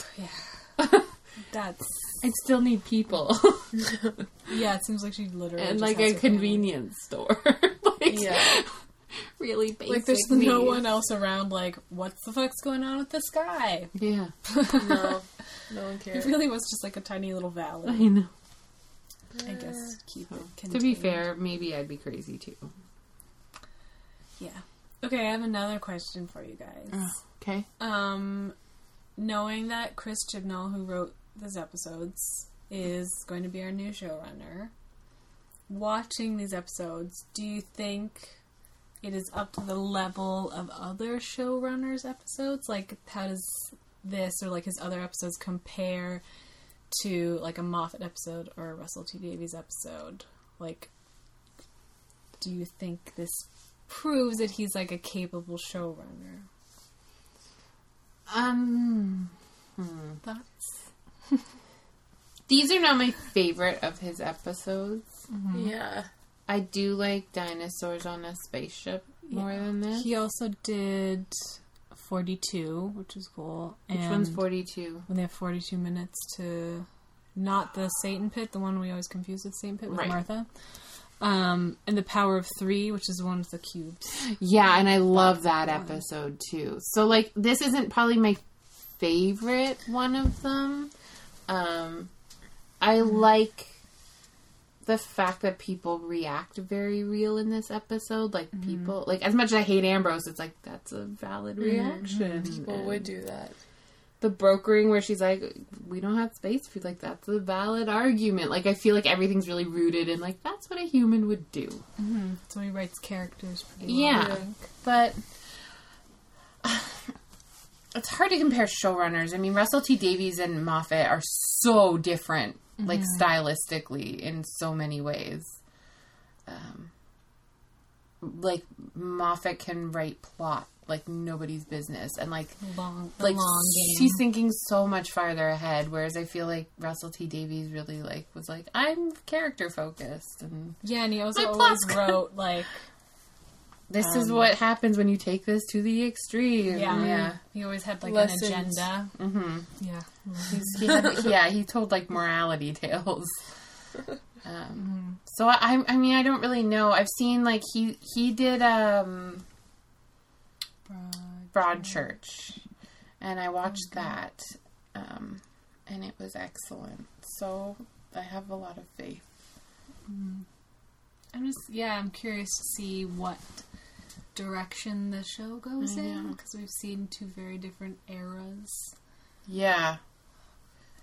S1: That's
S4: I still need people
S1: yeah. It seems like she literally
S4: and
S1: just
S4: like
S1: has
S4: a
S1: her family.
S4: convenience store. like,
S2: Yeah.
S4: really basic.
S1: Like there's no
S4: needs.
S1: one else around. Like, what's the fuck's going on with this guy?
S3: Yeah,
S2: No, no one
S1: It
S2: cares.
S1: really was just like a tiny little valley.
S3: I know.
S1: I guess keep it
S3: To be
S1: contained.
S3: fair, maybe I'd be crazy too.
S1: Yeah. Okay, I have another question for you guys.
S3: Okay.
S1: Um, knowing that Chris Chibnall, who wrote these episodes, is going to be our new showrunner, watching these episodes, do you think it is up to the level of other showrunners' episodes? Like, how does this or like his other episodes compare to like a Moffat episode or a Russell T Davies episode? Like, do you think this proves that he's like a capable showrunner?
S3: Um,
S1: Thoughts?
S3: these are not my favorite of his episodes.
S2: Yeah.
S3: I do like dinosaurs on a spaceship more than this.
S1: He also did 42, which is cool.
S3: Which
S1: and
S3: one's forty-two?
S1: When they have 42 minutes to. Not the Satan Pit, the one we always confuse with Satan Pit with
S3: Right.
S1: Martha. Um, and the Power of Three, which is the one with the cubes.
S3: Yeah, and I love that episode too. So like this isn't probably my favorite one of them. Um I like the fact that people react very real in this episode. Like people like as much as I hate Ambrose, it's like that's a valid reaction.
S2: People
S3: And
S2: would do that.
S3: the brokering where she's like, We don't have space for you, like that's a valid argument. Like I feel like everything's really rooted in like that's what a human would do.
S1: So he writes characters pretty
S3: Yeah,
S1: well.
S3: but
S4: it's hard to compare showrunners. I mean, Russell T Davies and Moffat are so different, like
S1: Mm-hmm.
S4: stylistically in so many ways. Um, like Moffat can write plot like nobody's business, and like
S1: Long, the
S4: like
S1: long game.
S4: he's thinking so much farther ahead. Whereas I feel like Russell T Davies really like was like I'm character focused, and
S1: Yeah, and he also
S4: My
S1: always
S4: plot's good.
S1: wrote, like,
S4: this is what happens when you take this to the extreme.
S1: Yeah.
S4: yeah.
S1: he always had, like,
S2: Lessons.
S1: an agenda. Mm-hmm. Yeah.
S4: He had- yeah, he told like morality tales. Um, so I, I- I mean, I don't really know. I've seen like he he did um, Broadchurch, and I watched that, um, and it was excellent. So I have a lot of faith.
S1: I'm just yeah, I'm curious to see what direction the show goes
S4: I
S1: in
S4: know.
S1: because we've seen two very different eras.
S4: Yeah,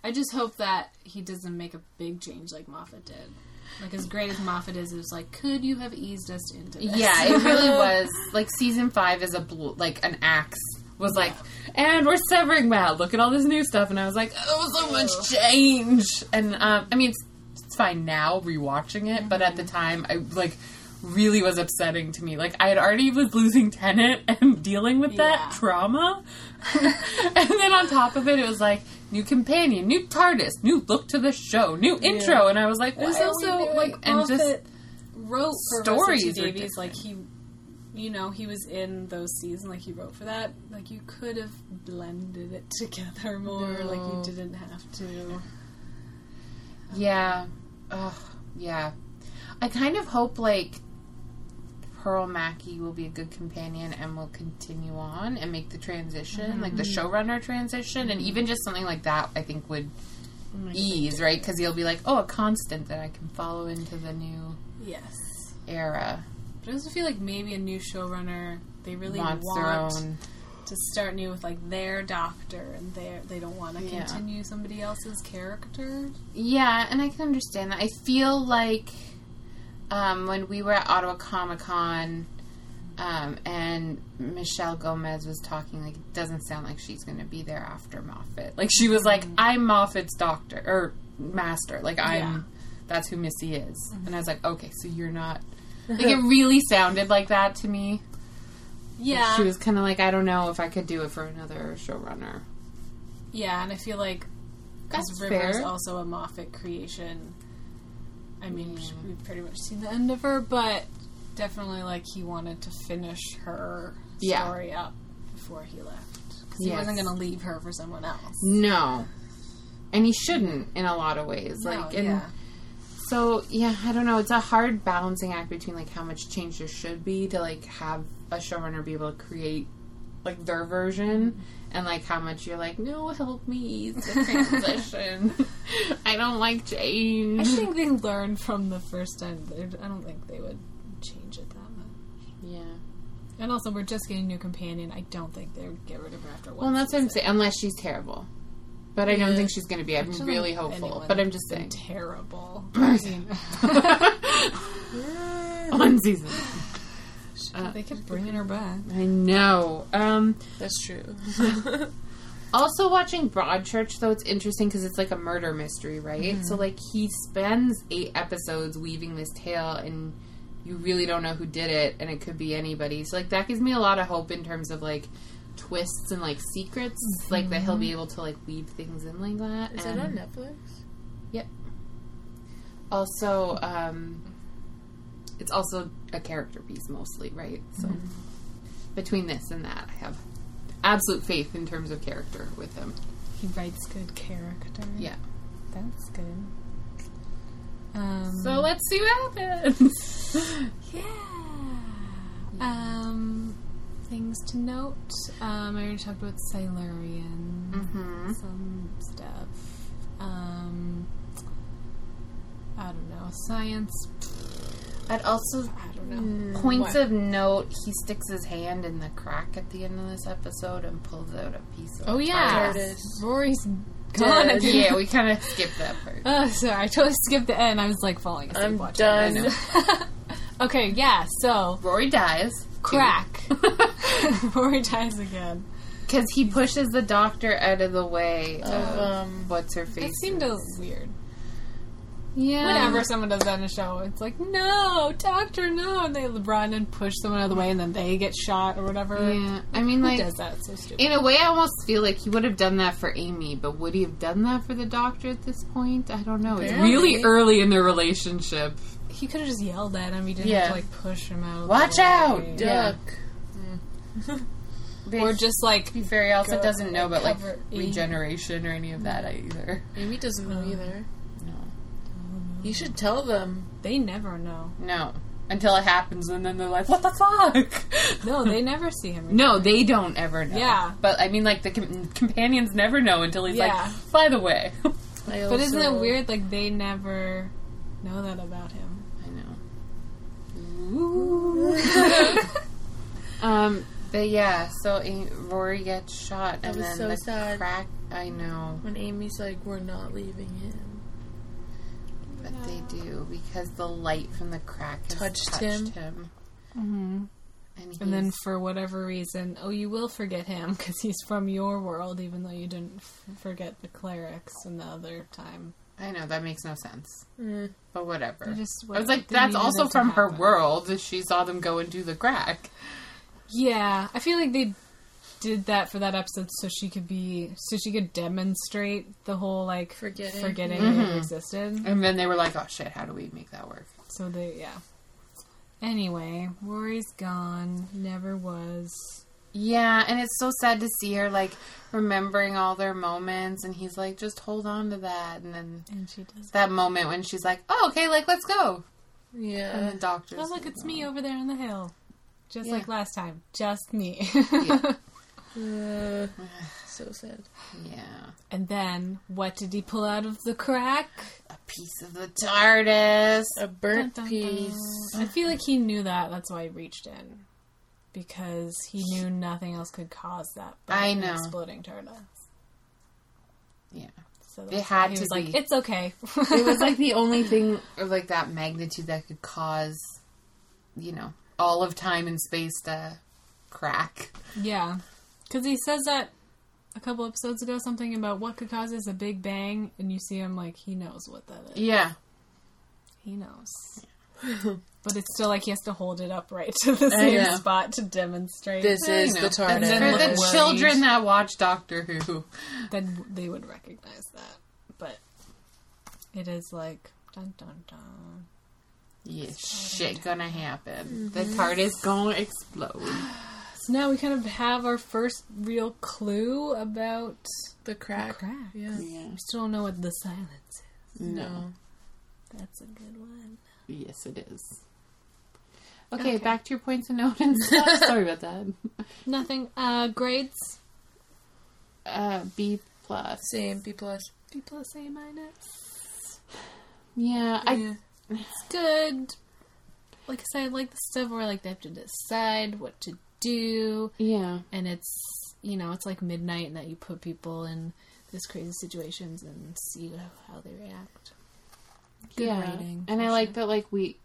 S1: I just hope that he doesn't make a big change like Moffat did. Like as great as Moffat is, it was like, could you have eased us into this?
S4: yeah, it really was. Like season five is a bl- like an axe was like, and we're severing that. Look at all this new stuff, and I was like, oh, so much change. And um, I mean, it's, it's fine now rewatching it, but at the time, I like really was upsetting to me. Like I had already was losing Tenant and dealing with that
S1: Yeah.
S4: trauma, and then on top of it, it was like. New companion, new TARDIS, new look to the show, new intro, and I was like,
S1: It was
S4: "What are we
S1: also
S4: doing?"
S1: like
S4: and
S1: Moffat
S4: just
S1: wrote for
S4: stories
S1: stories
S4: were
S1: Davies. Like he, you know, he was in those seasons. Like he wrote for that. Like you could have blended it together more. Like you didn't have to.
S4: Yeah. Ugh, yeah. I kind of hope like Pearl Mackey will be a good companion and will continue on and make the transition, like the showrunner transition, and even just something like that, I think would ease, right? Because he'll be like, oh, a constant that I can follow into the new
S1: Yes.
S4: era.
S1: But I also feel like maybe a new showrunner, they really
S4: wants their
S1: want
S4: own.
S1: to start new with like their doctor and their, they don't want to continue somebody else's character.
S4: Yeah, and I can understand that. I feel like um, when we were at Ottawa Comic Con um, and Michelle Gomez was talking, like it doesn't sound like she's going to be there after Moffat. Like she was like, "I'm Moffat's doctor or master. Like I'm that's who Missy is." And I was like, "Okay, so you're not." Like it really sounded like that to me.
S1: Yeah.
S3: She was kind of like, I don't know if I could do it for another showrunner.
S1: Yeah, and I feel like because
S4: That's
S1: River's
S4: fair.
S1: also a Moffat creation. I mean, sh we've pretty much seen the end of her, but definitely like he wanted to finish her
S3: Yeah.
S1: story up before he left because he
S3: Yes.
S1: wasn't going to leave her for someone else.
S3: No. And he shouldn't in a lot of ways. like,
S1: No,
S3: and
S1: yeah.
S3: so yeah, I don't know. It's a hard balancing act between like how much change there should be to like have a showrunner be able to create like their version, and like how much you're like, no, help me ease the transition. I don't like
S1: I
S3: change.
S1: think they learned from the first time. They- I don't think they would change it that much.
S3: Yeah.
S1: And also, we're just getting a new companion. I don't think they would get rid of her after one.
S3: Well, that's what I'm saying. Unless she's terrible, but I don't
S1: Yeah.
S3: think she's going to be. I'm
S1: Actually,
S3: really hopeful,
S1: anyone
S3: but I'm just
S1: season.
S3: saying.
S1: terrible.
S3: One season.
S1: they kept bringing her back.
S3: I know. Um.
S2: That's true.
S3: Also, watching Broadchurch, though, it's interesting because it's like a murder mystery, right? So,
S2: Mm-hmm.
S3: like, he spends eight episodes weaving this tale, and you really don't know who did it, and it could be anybody. So, like, that gives me a lot of hope in terms of like twists and like secrets, like that he'll be able to like weave things in like that.
S2: Mm-hmm. Is
S3: and
S2: it on Netflix?
S3: also, um, it's also a character piece mostly, right? So,
S2: Mm-hmm.
S3: between this and that, I have absolute faith in terms of character with him.
S1: He writes good character.
S3: Yeah.
S1: That's good. Um,
S3: So let's see what happens.
S1: yeah. Um, things to note. Um, I already talked about Silurian.
S2: Mm-hmm.
S1: Some stuff. Um, I don't know. Science.
S4: I'd also
S1: I don't
S2: Mm.
S1: know.
S4: Points of note: He sticks his hand in the crack at the end of this episode and pulls out a piece of.
S3: Oh yeah,
S1: Rory's gone again.
S4: yeah, we kind of skipped that part.
S1: Oh, sorry. I totally skipped the end. I was like falling asleep
S2: I'm
S1: watching. it.
S2: done.
S1: Okay, yeah, so
S4: Rory dies
S1: crack. Rory dies again.
S4: because he pushes the doctor out of the way.
S2: Of, um,
S4: What's her face?
S1: It seemed a weird.
S4: yeah.
S1: Whenever someone does that in a show, it's like, no, doctor, no. And they run and push someone out of the way, and then they get shot or whatever.
S3: yeah. I mean,
S1: Who
S3: like
S1: does that? It's so stupid.
S3: in a way, I almost feel like he would have done that for Amy, but would he have done that for the doctor at this point? I don't know. It's really early in their relationship.
S1: he could have just yelled at him. He didn't
S2: Yeah.
S1: have to, like, push him out. of the
S4: Watch
S1: way.
S4: out!
S2: Duck.
S1: Or just, like,
S4: To Mm. be fair, he also
S1: Go
S4: doesn't know about like
S1: cover E.
S4: regeneration or any of that either.
S2: Amy doesn't know either. No. You should tell them.
S1: they never know.
S4: No, until it happens, and then they're like, "What the fuck."
S1: No, they never see him.
S4: No, they don't ever know.
S1: Yeah.
S4: But I mean, like, the com- companions never know until he's
S1: Yeah.
S4: like, by the way.
S2: I
S1: But isn't
S2: also-
S1: it weird? Like, they never know that about him.
S4: I know.
S3: Um,
S4: But yeah, so A- Rory gets shot,
S2: That
S4: and
S2: was
S4: then
S2: so
S4: the
S2: sad.
S4: crack. I know,
S2: When Amy's like, we're not leaving him.
S4: but they do because the light from the crack has
S2: Touched
S4: touched,
S2: him.
S4: him. Mm-hmm. And, he's,
S1: And then, for whatever reason, oh, you will forget him because he's from your world, even though you didn't f- forget the clerics and the other time.
S4: I know that makes no sense, but whatever.
S1: just
S4: I was
S1: what-
S4: like,
S1: they
S4: that's
S1: needed
S4: also
S1: it to
S4: from her
S1: happen.
S4: world. She saw them go and do the crack.
S1: Yeah, I feel like they did that for that episode so she could be so she could demonstrate the whole like
S2: Forgetting.
S1: forgetting it existed.
S4: And then they were like, oh shit, how do we make that work?
S1: So they yeah. Anyway, Rory's gone. Never was.
S4: Yeah, and it's so sad to see her like remembering all their moments, and he's like, just hold on to that. And then
S1: And she does.
S4: that moment when she's like, oh, okay, like, let's go. and
S2: Yeah.
S4: the doctors.
S1: Oh, look, it's me over there on the hill. Just
S4: Yeah.
S1: like last time. Just me.
S2: Uh, so sad.
S9: Yeah.
S1: and then, what did he pull out of the crack?
S9: A piece of the TARDIS.
S2: A burnt
S1: Dun, dun, dun.
S2: piece.
S1: I feel like he knew that. That's why he reached in. Because he knew nothing else could cause that. but
S9: I
S1: an
S9: know.
S1: Exploding TARDIS.
S9: Yeah.
S1: So
S9: It
S1: that's-
S9: had
S1: he
S9: to
S1: was
S9: be.
S1: like, it's okay.
S9: it was like the only thing of like that magnitude that could cause, you know, all of time and space to crack.
S1: Yeah, because he says that a couple episodes ago, something about what could cause this a big bang, and you see him like he knows what that is.
S9: Yeah.
S1: He knows, but it's still like he has to hold it upright to the same
S9: know.
S1: spot to demonstrate
S2: This
S9: You
S2: is
S9: know,
S2: the
S9: that's
S2: TARDIS.
S9: For the
S1: Look worried.
S9: children that watch Doctor Who.
S1: that they would recognize that. But it is like dun dun dun.
S9: Yeah, shit gonna happen.
S4: the TARDIS gonna explode.
S1: So now we kind of have our first real clue about
S2: The crack.
S1: crack.
S2: Yeah.
S1: We still don't know what the silence is.
S2: No.
S1: That's a good one.
S4: Yes, it is. Okay, back to your points and notes and stuff. Sorry about that.
S1: Nothing. Uh, grades.
S4: Uh, B plus.
S2: Same. B plus.
S1: B plus A minus.
S4: Yeah, I
S2: yeah.
S1: It's good. Like I said, I like the stuff where like they have to decide what to do,
S4: yeah.
S1: and it's you know it's like midnight, and that you put people in these crazy situations and see how they react.
S4: yeah.
S1: writing,
S4: and
S1: for
S4: I like that, like, we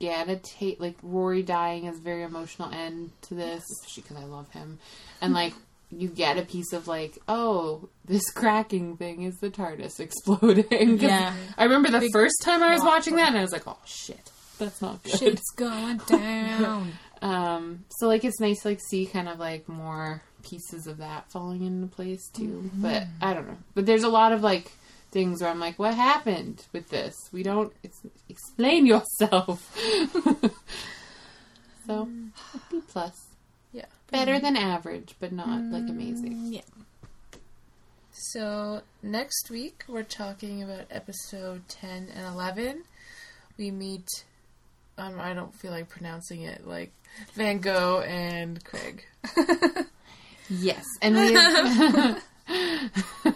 S4: get a tape, like, Rory dying is a very emotional end to this, because I love him. And, like, you get a piece of, like, oh, this cracking thing is the TARDIS exploding. 'Cause
S1: Yeah.
S4: I remember the first time I was
S1: plot
S4: watching that, and I was like, oh, shit. That's not good.
S1: Shit's going down.
S4: Um, so like it's nice to like see kind of like more pieces of that falling into place too. But I don't know. But there's a lot of like things where I'm like, what happened with this? We don't it's, explain yourself. so B plus.
S2: Yeah.
S4: Better than average, but not like amazing.
S1: yeah.
S2: So next week we're talking about episode ten and eleven. We meet. Um, I don't feel like pronouncing it like Van Gogh and Craig.
S4: Yes, and we.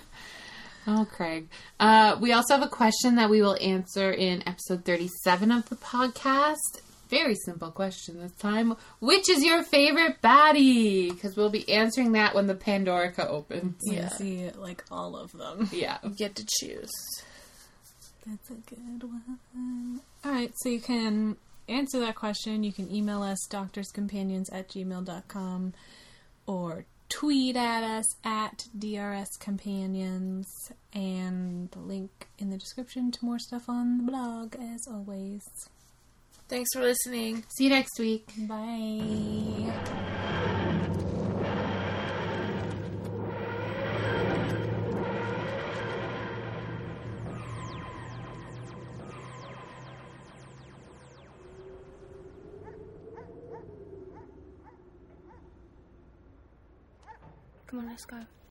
S4: oh, Craig. Uh, we also have a question that we will answer in episode 37 of the podcast. Very simple question this time. Which is your favorite baddie? Because we'll be answering that when the Pandorica opens.
S1: So You see like all of them.
S4: Yeah.
S2: You get to choose.
S1: That's a good one. All right, so you can answer that question. You can email us, doctorscompanions at gmail.com, or tweet at us at drscompanions, and the link in the description to more stuff on the blog, as always.
S2: Thanks for listening.
S4: See you next week.
S1: Bye.
S7: Come on, let's go.